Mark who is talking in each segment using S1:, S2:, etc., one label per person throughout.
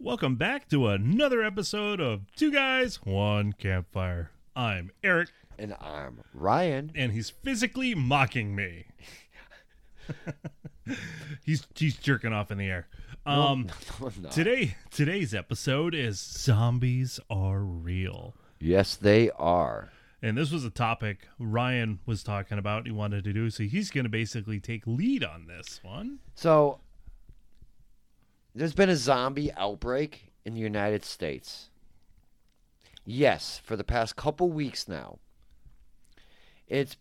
S1: Welcome back to another episode of Two Guys, One Campfire. I'm Eric,
S2: And I'm Ryan.
S1: and he's physically mocking me. he's he's jerking off in the air. Um,
S2: No, I'm not.
S1: today today's episode is zombies are real.
S2: Yes, they are.
S1: And this was a topic Ryan was talking about. He wanted to do so. He's going to basically take lead on this one.
S2: So, there's been a zombie outbreak in the United States. Yes, for the past couple weeks now. It's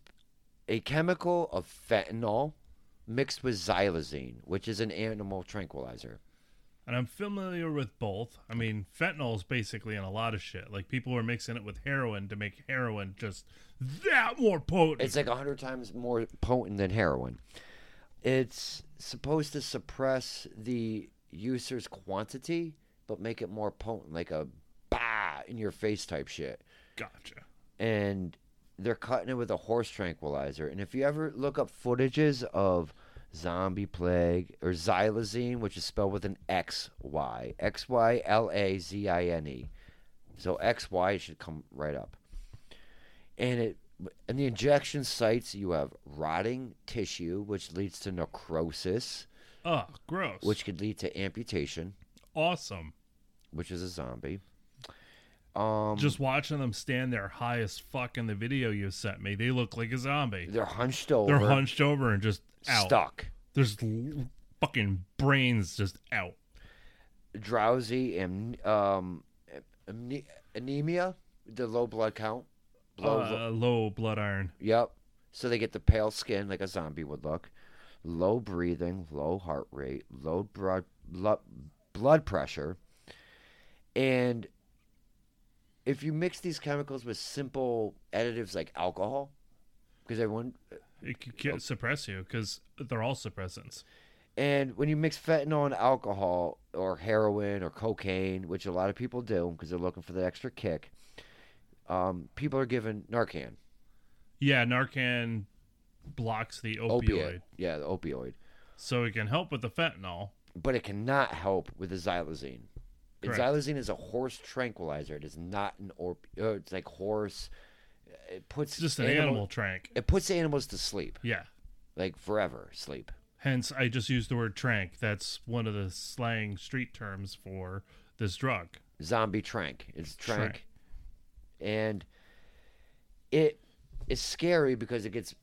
S2: a chemical of fentanyl mixed with xylazine, which is an animal tranquilizer.
S1: And I'm familiar with both. I mean, fentanyl's basically in a lot of shit. Like people are mixing it with heroin to make heroin just that more potent.
S2: It's like 100 times more potent than heroin. It's supposed to suppress the user's quantity, but make it more potent, like a bah in your face type shit.
S1: gotcha.
S2: And they're cutting it with a horse tranquilizer. And if you ever look up footages of zombie plague or xylazine, which is spelled with an X Y, X Y L A Z I N E. So X Y should come right up and it and the injection sites you have rotting tissue which leads to necrosis
S1: Oh, gross.
S2: which could lead to amputation
S1: awesome.
S2: which is a zombie um
S1: Just watching them stand there high as fuck in the video you sent me. They look like a zombie.
S2: they're hunched over
S1: They're hunched over and just out.
S2: stuck
S1: There's l- fucking brains just out.
S2: drowsy and um amne- anemia the low blood count low,
S1: Uh, low blood iron.
S2: Yep. So they get the pale skin like a zombie would look, low breathing, low heart rate, low blood blood, blood pressure, and if you mix these chemicals with simple additives like alcohol, because everyone
S1: It could ki- suppress you because they're all suppressants.
S2: And when you mix fentanyl and alcohol or heroin or cocaine, which a lot of people do because they're looking for the extra kick, um, people are given Narcan.
S1: Yeah, Narcan blocks the opioid,
S2: Opiate. Yeah, the opioid.
S1: so it can help with the fentanyl.
S2: but it cannot help with the xylazine. And
S1: Correct.
S2: Xylazine is a horse tranquilizer. It is not an orp. Uh, it's like horse. uh, It puts
S1: It's just an animal, trank.
S2: It puts animals to sleep,
S1: Yeah.
S2: like forever sleep.
S1: Hence, I just used the word trank. That's one of the slang street terms for this drug.
S2: Zombie trank. It's trank,
S1: Trank.
S2: and it is scary because it gets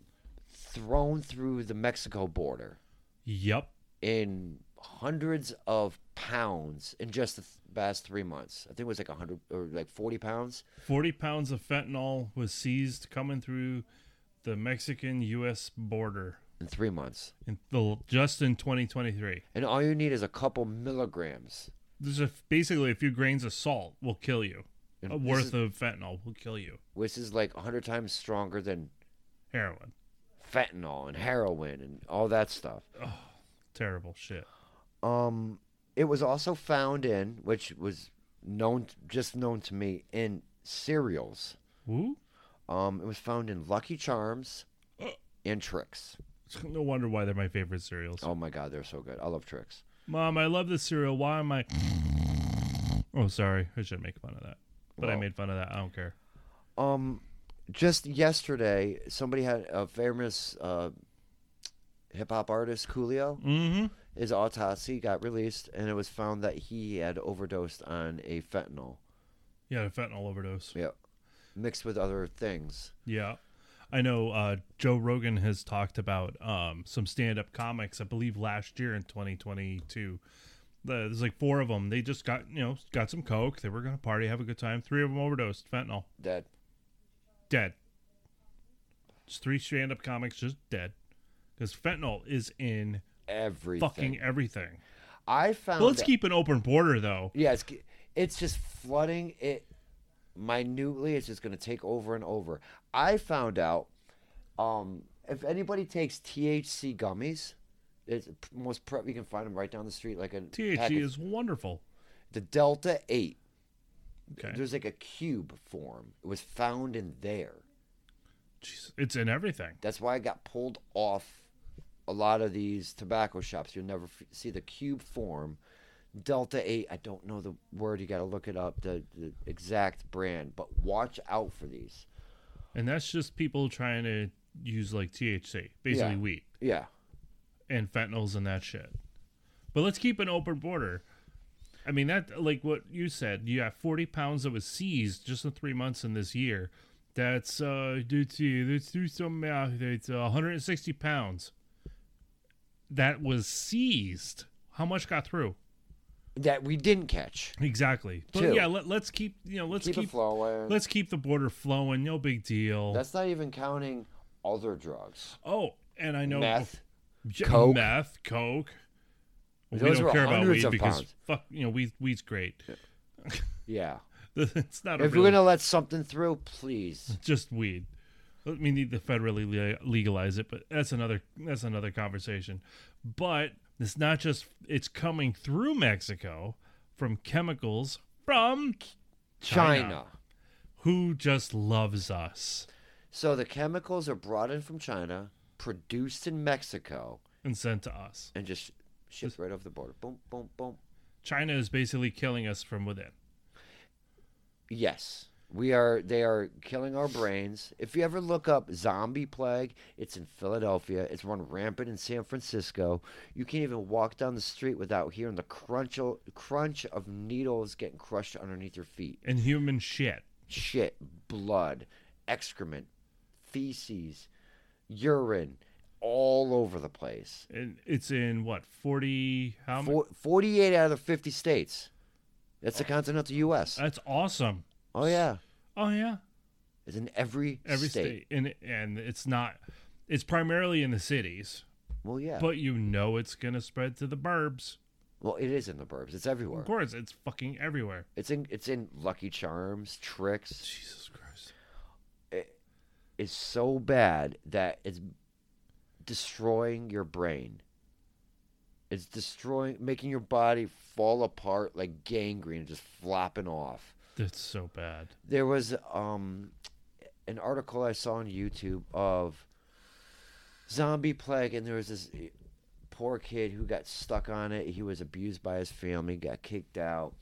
S2: thrown through the Mexico border
S1: Yup.
S2: in hundreds of pounds in just the th- past three months. I think it was like hundred or like forty pounds.
S1: 40 pounds of fentanyl was seized coming through the Mexican U.S. border
S2: in three months.
S1: in the, just in 2023.
S2: And all you need is a couple milligrams.
S1: There's a, basically a few grains of salt will kill you.
S2: And
S1: A
S2: this
S1: Uh, worth
S2: is-
S1: of fentanyl will kill you.
S2: Which is like 100 times stronger than
S1: Heroin.
S2: fentanyl and heroin and all that stuff.
S1: Terrible shit.
S2: Um, it was also found in, which was known, just known to me, in cereals.
S1: Woo?
S2: Um, it was found in Lucky Charms and Tricks.
S1: No wonder why they're my favorite cereals.
S2: Oh my God, they're so good. I love Tricks.
S1: Mom, I love this cereal. Why am I? Oh, sorry. I shouldn't make fun of that. But I
S2: Well-
S1: made fun of that. I don't care.
S2: Um, just yesterday, somebody had a famous uh, hip hop artist, Coolio.
S1: Mm-hmm.
S2: his autopsy got released and it was found that he had overdosed on a fentanyl
S1: Yeah, a fentanyl overdose.
S2: yeah mixed with other things
S1: Yeah. I know uh, Joe Rogan has talked about um, some stand up comics, I believe last year in 2022. The- There's like four of them. They just got, you know, got some coke. They were going to party, have a good time. Three of them overdosed, fentanyl,
S2: that
S1: dead. Just three stand up comics, just dead. Because fentanyl is in
S2: everything
S1: fucking everything.
S2: i found
S1: Well, let's
S2: that-
S1: keep an open border, though.
S2: yeah it's, it's just flooding it minutely it's just going to take over and over i found out um if anybody takes thc gummies it's most prep you can find them right down the street like a
S1: THC
S2: package-
S1: E is wonderful.
S2: the delta 8
S1: Okay.
S2: there's like a cube form it was found in there
S1: Jeez, it's in everything.
S2: That's why I got pulled off a lot of these tobacco shops. You'll never f- see the cube form Delta 8, I don't know the word, you got to look it up, the, the exact brand, but watch out for these.
S1: And that's just people trying to use like THC, basically
S2: Yeah.
S1: weed
S2: Yeah.
S1: and fentanyls and that shit. But let's keep an open border. I mean that like what you said, you have 40 pounds that was seized just in 3 months in this year. That's uh due to let's do some math. It's uh, 160 pounds that was seized. How much got through?
S2: That we didn't catch.
S1: Exactly. But
S2: Two.
S1: yeah, let, let's keep you know let's
S2: Keep,
S1: keep,
S2: it flowing.
S1: let's keep the border flowing. No big deal.
S2: That's not even counting other drugs.
S1: oh, and I know
S2: Meth.
S1: J-
S2: Coke.
S1: meth, coke. Well, we
S2: Those
S1: don't
S2: were
S1: care about
S2: hundreds
S1: weed
S2: of
S1: because
S2: pounds.
S1: fuck, you know, weed, weed's great.
S2: Yeah.
S1: it's not a
S2: If
S1: real,
S2: we're going to let something through, please.
S1: just weed. Let me need to federally le- legalize it, but that's another that's another conversation. But it's not just it's coming through Mexico from chemicals from China.
S2: China.
S1: who just loves us
S2: So the chemicals are brought in from China, produced in Mexico,
S1: and sent to us.
S2: and just shipped right over the border. Boom, boom, boom.
S1: China is basically killing us from within.
S2: Yes. We are they are killing our brains. If you ever look up zombie plague, it's in Philadelphia. It's run rampant in San Francisco. You can't even walk down the street without hearing the crunch crunch of needles getting crushed underneath your feet.
S1: And human shit.
S2: Shit, blood, excrement, feces, urine all over the place.
S1: And it's in what, forty how many
S2: Four, 48 out of the 50 states. That's
S1: Oh.
S2: the continental US.
S1: That's awesome.
S2: Oh yeah.
S1: Oh yeah,
S2: It's in every,
S1: every state,
S2: state.
S1: and and it's not. It's primarily in the cities,
S2: Well, yeah.
S1: but you know it's gonna spread to the burbs.
S2: well, it is in the burbs. It's everywhere.
S1: Of course, it's fucking everywhere.
S2: It's in it's in Lucky Charms, Tricks.
S1: Jesus Christ!
S2: It's so bad that it's destroying your brain. It's destroying, making your body fall apart like gangrene, just flopping off.
S1: That's so bad.
S2: There was um, an article I saw on YouTube of zombie plague, and there was this eh, poor kid who got stuck on it. He was abused by his family, got kicked out,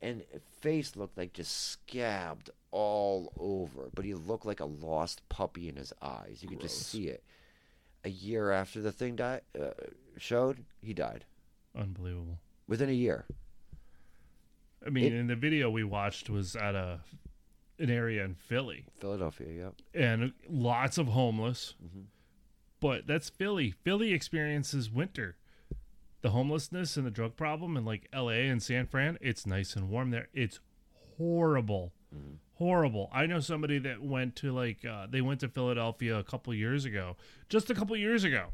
S2: and his face looked like just scabbed all over. But he looked like a lost puppy in his eyes. You could
S1: Gross.
S2: just see it. A year after the thing died, uh, showed he died
S1: Unbelievable.
S2: within a year.
S1: I mean,
S2: It-
S1: in the video we watched was at a an area in Philly,
S2: Philadelphia, yep.
S1: and lots of homeless. But that's Philly. Philly experiences winter. The homelessness and the drug problem in like LA and San Fran, it's nice and warm there. It's horrible. Horrible. I know somebody that went to like uh, they went to Philadelphia a couple years ago. Just a couple years ago.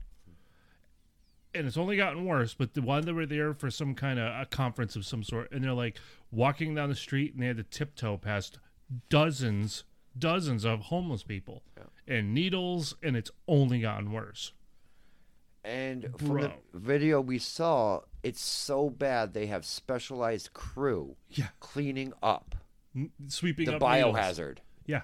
S1: And it's only gotten worse, but the one they were there for some kind of a conference of some sort, and they're like walking down the street and they had to tiptoe past dozens, dozens of homeless people and needles, and it's only gotten worse.
S2: And from the
S1: Bro.
S2: video we saw, it's so bad they have specialized crew
S1: Yeah.
S2: cleaning up
S1: N- sweeping
S2: the
S1: up needles.
S2: biohazard.
S1: Yeah.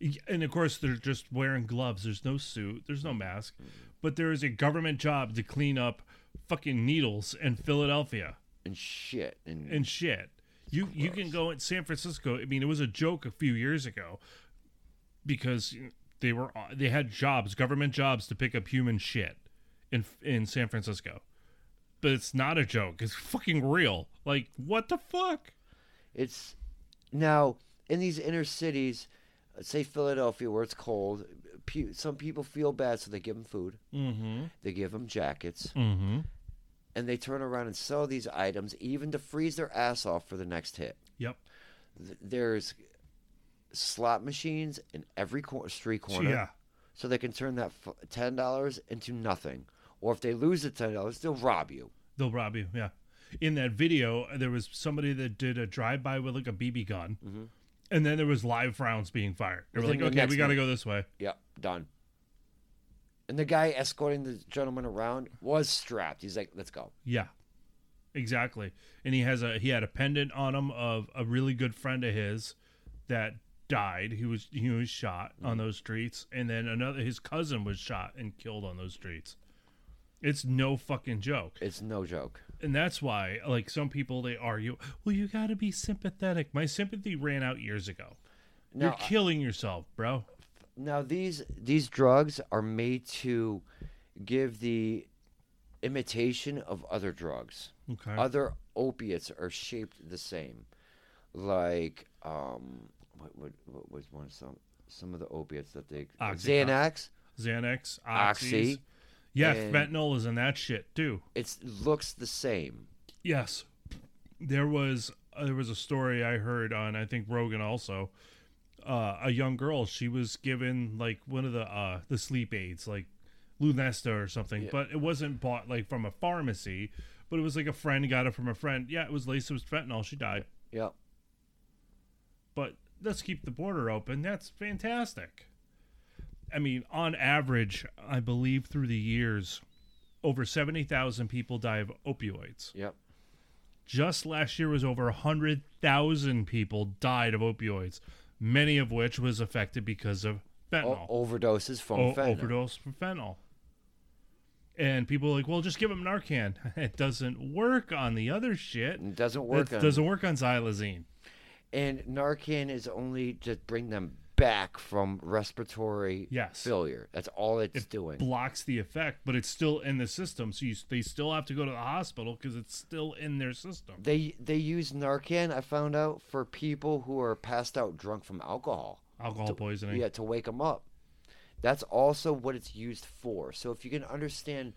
S1: Y- And of course, they're just wearing gloves. There's no suit. There's no mask.
S2: Mm.
S1: But there is a government job to clean up fucking needles in Philadelphia
S2: and shit and,
S1: and shit. You you can go in San Francisco. I mean, it was a joke a few years ago because they were they had jobs, government jobs, to pick up human shit in in San Francisco. But it's not a joke. It's fucking real. Like what the fuck?
S2: it's now in these inner cities uh, say philadelphia where it's cold pe- some people feel bad so they give them food
S1: Mm-hmm.
S2: they give them jackets
S1: Mm-hmm.
S2: and they turn around and sell these items even to freeze their ass off for the next hit
S1: Yep.
S2: Th- there's slot machines in every cor- street corner
S1: yeah.
S2: so they can turn that f- $10 into nothing or if they lose the $10 they'll rob you
S1: They'll rob you. Yeah. In that video, there was somebody that did a drive by with like a BB gun, and then there was live rounds being fired. They were
S2: Mm-hmm. Within
S1: like,
S2: the
S1: "Okay,
S2: next
S1: we got to
S2: minute.
S1: go this way."
S2: Yep, done. And the guy escorting the gentleman around was strapped. He's like, let's go.
S1: Yeah, exactly. And he has a he had a pendant on him of a really good friend of his that died. He was he was shot on
S2: Mm-hmm.
S1: those streets, and then another his cousin was shot and killed on those streets. It's no fucking joke.
S2: It's no joke.
S1: and that's why like some people they argue well you got to be sympathetic my sympathy ran out years ago you're
S2: Now, I-
S1: killing yourself bro
S2: Now these these drugs are made to give the imitation of other drugs.
S1: okay
S2: Other opiates are shaped the same. Like um what what, what was one some some of the opiates that they
S1: Oxycontin.
S2: Xanax.
S1: xanax oxys
S2: Oxy.
S1: yeah
S2: and-
S1: fentanyl is in that shit too
S2: It looks the same.
S1: Yes, there was uh, there was a story I heard on I think Rogan also. Uh, a young girl, she was given like one of the uh, the sleep aids, like Lunesta or something, but it wasn't bought like from a pharmacy, but it was like a friend got it from a friend. Yeah, it was laced with fentanyl. She died,
S2: Yep.
S1: but let's keep the border open. That's fantastic. I mean, on average, I believe through the years, over seventy thousand people die of opioids
S2: Yep.
S1: just last year was over 100,000 people died of opioids, many of which was affected because of
S2: O-
S1: fentanyl,
S2: overdoses from
S1: O-
S2: Oh, fentanyl.
S1: overdose from fentanyl. And people are like, well, just give them Narcan. it doesn't work on the other shit.
S2: It doesn't work.
S1: It
S2: on-
S1: doesn't work on xylazine.
S2: and Narcan is only to bring them back from respiratory
S1: Yes.
S2: failure. That's all it's doing.
S1: Blocks the effect, but it's still in the system. So you, they still have to go to the hospital because it's still in their system.
S2: They they use Narcan. I found out for people who are passed out drunk from alcohol.
S1: Alcohol poisoning.
S2: Yeah, to wake them up. That's also what it's used for. So if you can understand,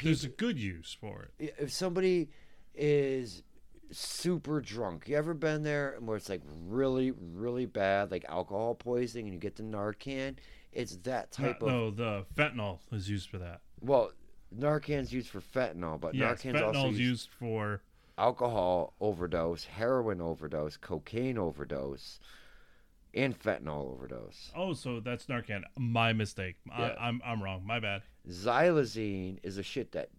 S1: There's a good use for it.
S2: if somebody is super drunk, you ever been there where it's like really really bad, like alcohol poisoning, and you get the Narcan? It's that
S1: No,
S2: type of
S1: no, the fentanyl is used for that.
S2: well. Narcan's used for fentanyl, but
S1: Yes,
S2: Narcan's also
S1: fentanyl's
S2: used,
S1: used for
S2: alcohol overdose, heroin overdose, cocaine overdose, and fentanyl overdose.
S1: Oh, so that's Narcan. My mistake.
S2: Yeah.
S1: I, I'm I'm wrong. My bad.
S2: Xylazine is a shit that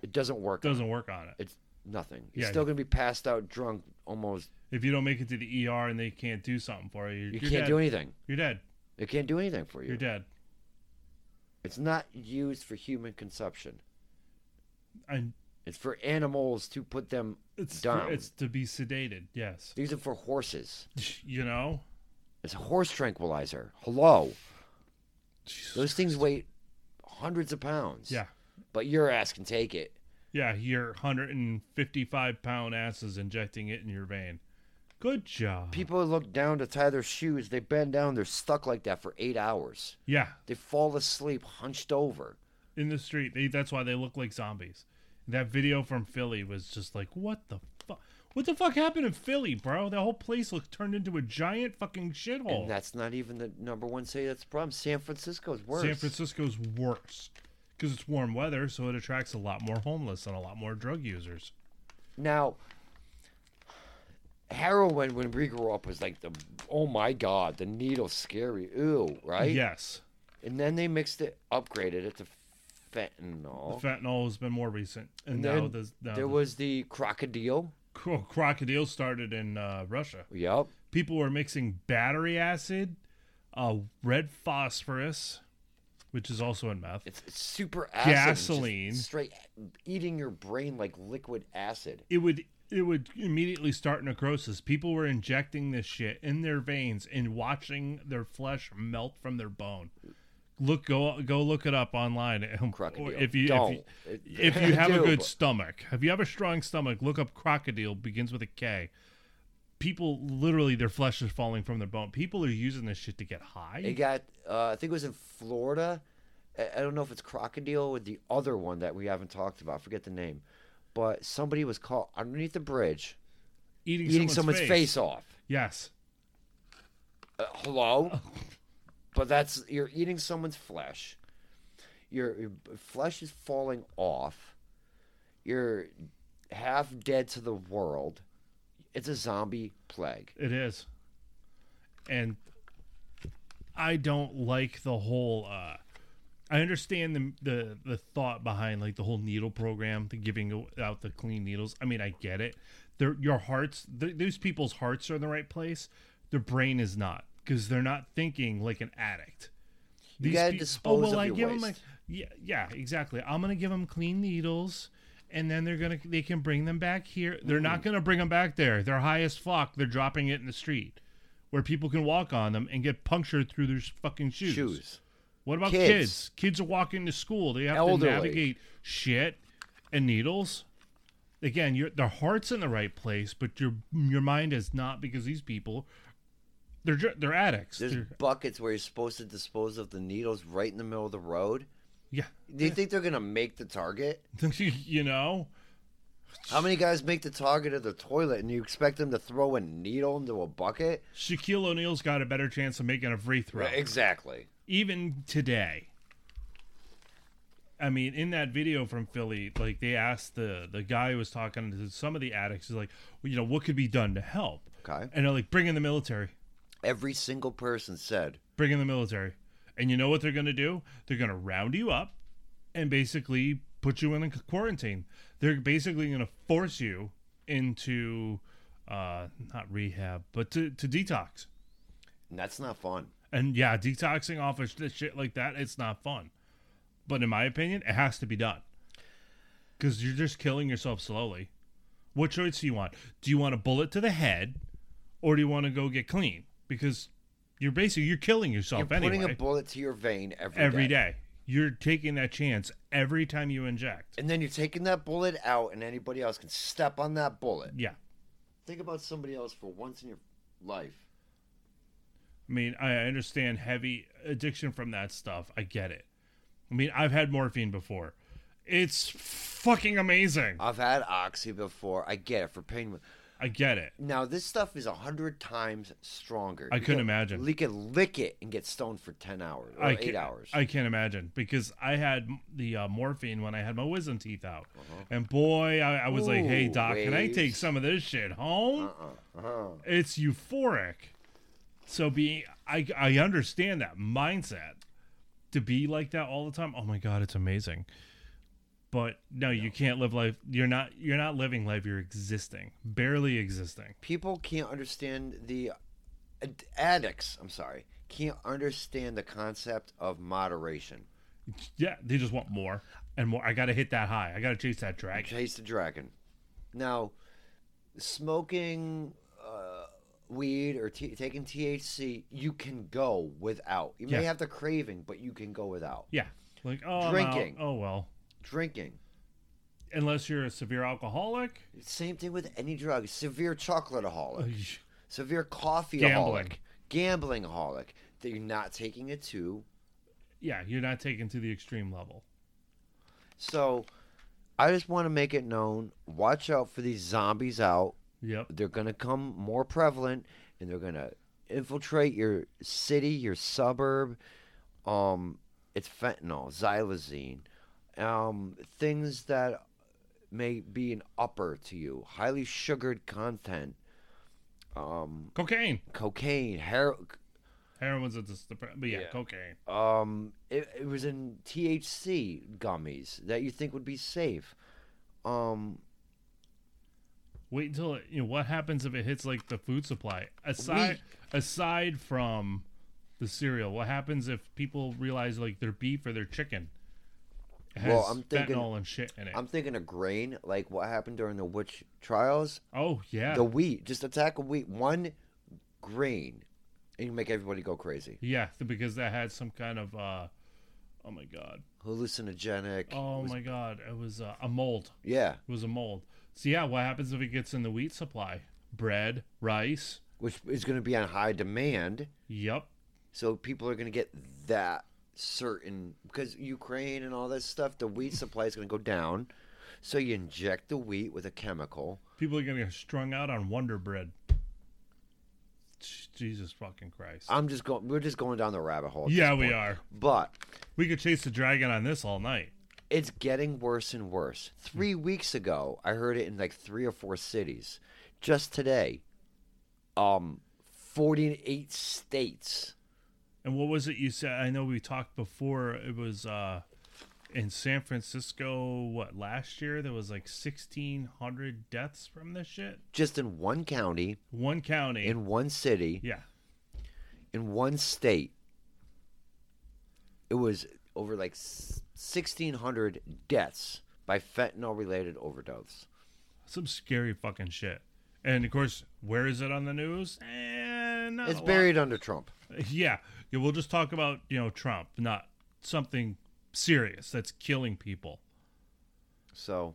S2: it doesn't work.
S1: Doesn't work on it.
S2: It's nothing. You're
S1: Yeah.
S2: still gonna be passed out drunk almost.
S1: If you don't make it to the ER and they can't do something for you, you're,
S2: You
S1: you're
S2: can't
S1: dead.
S2: do anything.
S1: You're dead.
S2: It can't do anything for
S1: You're
S2: you.
S1: dead.
S2: It's not used for human consumption.
S1: And
S2: It's for animals to put them
S1: it's
S2: down.
S1: it's to be sedated. Yes.
S2: These are for horses.
S1: You know.
S2: It's a horse tranquilizer. Hello.
S1: Jesus.
S2: Those things weigh hundreds of pounds.
S1: Yeah.
S2: But your ass can take it.
S1: Yeah. Your 155 pound ass is injecting it in your vein. Good job.
S2: People look down to tie their shoes. They bend down. They're stuck like that for eight hours.
S1: Yeah.
S2: They fall asleep, hunched over.
S1: In the street. They, that's why they look like zombies. That video from Philly was just like, what the fuck? What the fuck happened in Philly, bro? The whole place looked turned into a giant fucking shithole.
S2: And that's not even the number one city that's the problem. San Francisco's worse.
S1: San Francisco's worse because it's warm weather, so it attracts a lot more homeless and a lot more drug users.
S2: now, heroin when we grew up was like the oh my god, the needle's scary. Ew, right?
S1: Yes,
S2: And then they mixed it, upgraded it to fentanyl.
S1: fentanyl has been more recent, and,
S2: Oh. And
S1: now,
S2: then
S1: there's, now
S2: there was the crocodile.
S1: cro- crocodile started in uh, Russia.
S2: Yep.
S1: People were mixing battery acid, uh, red phosphorus, which is also in meth.
S2: It's, it's super acid. It's just
S1: Gasoline.
S2: Straight eating your brain like liquid acid.
S1: It would it would immediately start necrosis. People were injecting this shit in their veins and watching their flesh melt from their bone. Look, go go look it up online. Or
S2: crocodile.
S1: If you, if you
S2: Don't.
S1: if you have a
S2: Do,
S1: good
S2: but-
S1: stomach, if you have a strong stomach, look up crocodile begins with a K. People literally their flesh is falling from their bone. People are using this shit to get
S2: it
S1: high.
S2: got, uh, I think it was in Florida. I, I don't know if it's crocodile or the other one that we haven't talked about. I forget the name, but somebody was caught underneath the bridge
S1: Eating,
S2: eating someone's, face. off.
S1: Yes.
S2: Uh, hello, but that's you're eating someone's flesh. Your, your b- flesh is falling off. You're half dead to the world. It's a zombie plague.
S1: It is. And I don't like the whole uh I understand the the the thought behind like the whole needle program, the giving out the clean needles. I mean, I get it. Their your hearts, th- those people's hearts are in the right place. Their brain is not because they're not thinking like an addict. oh,
S2: You gotta
S1: peo-
S2: dispose of your
S1: Them
S2: waste.
S1: yeah, yeah, exactly. I'm gonna give them clean needles, and then they're gonna they can bring them back here. They're not gonna bring them back there. They're high as fuck. They're dropping it in the street where people can walk on them and get punctured through their fucking shoes.
S2: Shoes.
S1: What about
S2: Kids.
S1: kids? Kids, are walking to school. They have
S2: Elderly.
S1: to navigate shit and needles. Again, your their heart's in the right place, but your your mind is not because these people they're ju- they're addicts.
S2: There's
S1: They're-
S2: buckets where you're supposed to dispose of the needles right in the middle of the road.
S1: yeah,
S2: Do you think they're gonna make the target?
S1: you know.
S2: How many guys make the target of the toilet, and you expect them to throw a needle into a bucket?
S1: Shaquille O'Neal's got a better chance of making a free throw.
S2: Exactly.
S1: Even today. I mean, in that video from Philly, like they asked the the guy who was talking to some of the addicts, is like, well, you know, what could be done to help?
S2: Okay.
S1: And they're like, bring in the military.
S2: Every single person said,
S1: Bring in the military. And you know what they're gonna do? They're gonna round you up and basically put you in a quarantine. They're basically gonna force you into uh not rehab, but to, to detox.
S2: "That's not fun."
S1: And yeah, detoxing off of sh- shit like that, it's not fun. But in my opinion, it has to be done. Because you're just killing yourself slowly. What choice do you want? Do you want a bullet to the head, or do you want to go get clean? Because you're basically you're killing
S2: You're
S1: yourself
S2: putting
S1: Oh, anyway.
S2: a bullet to your vein
S1: every day, you're taking that chance every time you inject.
S2: and then you're taking that bullet out, and anybody else can step on that bullet.
S1: Yeah,
S2: Think about somebody else for once in your life.
S1: I mean, I understand heavy addiction from that stuff. I get it. I mean, I've had morphine before. It's fucking amazing.
S2: I've had oxy before. I get it for pain.
S1: I get it.
S2: Now this stuff is a hundred times stronger.
S1: I
S2: You
S1: couldn't
S2: can-
S1: imagine.
S2: You can lick it and get stoned for ten hours or
S1: I
S2: eight
S1: can't-
S2: hours.
S1: I can't imagine because I had m- the uh, morphine when I had my wisdom teeth out, and boy, I, I was like, "Hey
S2: Uh-huh. Ooh, Uh.
S1: doc, can I take
S2: waves.
S1: some of this shit home? It's euphoric." So being, I I understand that mindset to be like that all the time. Oh my god, it's amazing. But no, you can't live life. You're not. You're not living life. You're existing, barely existing.
S2: people can't understand the ad- addicts. I'm sorry, can't understand the concept of moderation.
S1: Yeah, they just want more and more. I gotta hit that high. I gotta chase that dragon.
S2: Chase the dragon. Now, smoking uh, weed or t- taking THC, you can go without. You may
S1: Yeah.
S2: have the craving, but you can go without.
S1: Yeah. Like oh, I'm out.
S2: Drinking.
S1: Oh well.
S2: Drinking,
S1: Unless you're a severe alcoholic.
S2: same thing with any drug. Severe chocolateaholic.
S1: Ugh.
S2: severe coffee
S1: Oh, Gambling.
S2: aholic, gambling aholic, that you're not taking it to.
S1: Yeah, you're not taken to the extreme level.
S2: So I just want to make it known watch out for these zombies out.
S1: Yep.
S2: They're going to come more prevalent and they're going to infiltrate your city, your suburb. Um, it's fentanyl, xylazine, um, things that may be an upper to you, highly sugared content, um,
S1: Cocaine.
S2: cocaine, heroin.
S1: Heroin's a just but yeah,
S2: Yeah.
S1: cocaine.
S2: um, it, it was in THC gummies that you think would be safe. Um,
S1: Wait until it, you know what happens if it hits like the food supply. Aside aside from the cereal, what happens if people realize like their beef or their chicken has
S2: Well, I'm thinking-
S1: fentanyl and shit in it?
S2: I'm thinking of grain, like what happened during the witch trials.
S1: oh yeah,
S2: The wheat, just attack a wheat, one grain, and you make everybody go crazy.
S1: yeah, th- because that had some kind of uh, oh my god,
S2: Hallucinogenic.
S1: oh my god, it was uh, a mold.
S2: Yeah,
S1: It was a mold. So yeah, what happens if it gets in the wheat supply? Bread, rice.
S2: which is going to be on high demand.
S1: Yep.
S2: So people are going to get that certain because Ukraine and all that stuff, the wheat supply is going to go down. So you inject the wheat with a chemical.
S1: People are gonna get strung out on Wonder Bread. J- Jesus fucking Christ.
S2: I'm just going. We're just going down the rabbit hole. at
S1: yeah,
S2: this
S1: we
S2: point.
S1: are.
S2: But
S1: We could chase the dragon on this all night.
S2: it's getting worse and worse. Three weeks ago, I heard it in like three or four cities. Just today, um, forty-eight states.
S1: And what was it you said? I know we talked before. It was uh, in San Francisco. What last year there was like sixteen hundred deaths from this shit.
S2: Just in one county,
S1: One county.
S2: in one city,
S1: yeah.
S2: in one state, it was over like sixteen hundred deaths by fentanyl related overdose.
S1: Some scary fucking shit. And of course, where is it on the news? Eh, not
S2: It's
S1: a lot.
S2: buried under Trump.
S1: Yeah. yeah, we'll just talk about you know Trump, not something serious that's killing people.
S2: So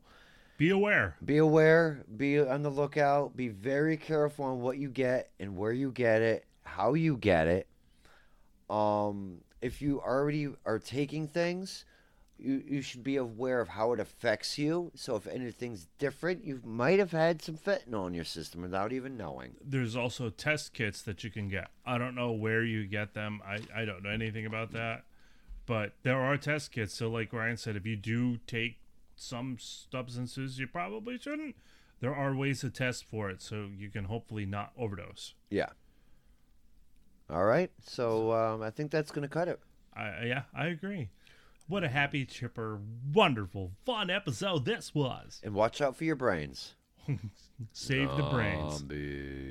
S1: Be aware.
S2: be aware, be on the lookout, be very careful on what you get and where you get it, how you get it. Um, if you already are taking things, you, you should be aware of how it affects you. So if anything's different, you might have had some fentanyl in your system without even knowing.
S1: There's also test kits that you can get. I don't know where you get them. I I don't know anything about that, but there are test kits. So like Ryan said, if you do take some substances, you probably shouldn't. There are ways to test for it, so you can hopefully not overdose.
S2: Yeah. All right. So um, I think that's going to cut it.
S1: I yeah, I agree. What a happy, chipper, wonderful, fun episode this was.
S2: And watch out for your brains.
S1: Save the brains.
S2: Zombies.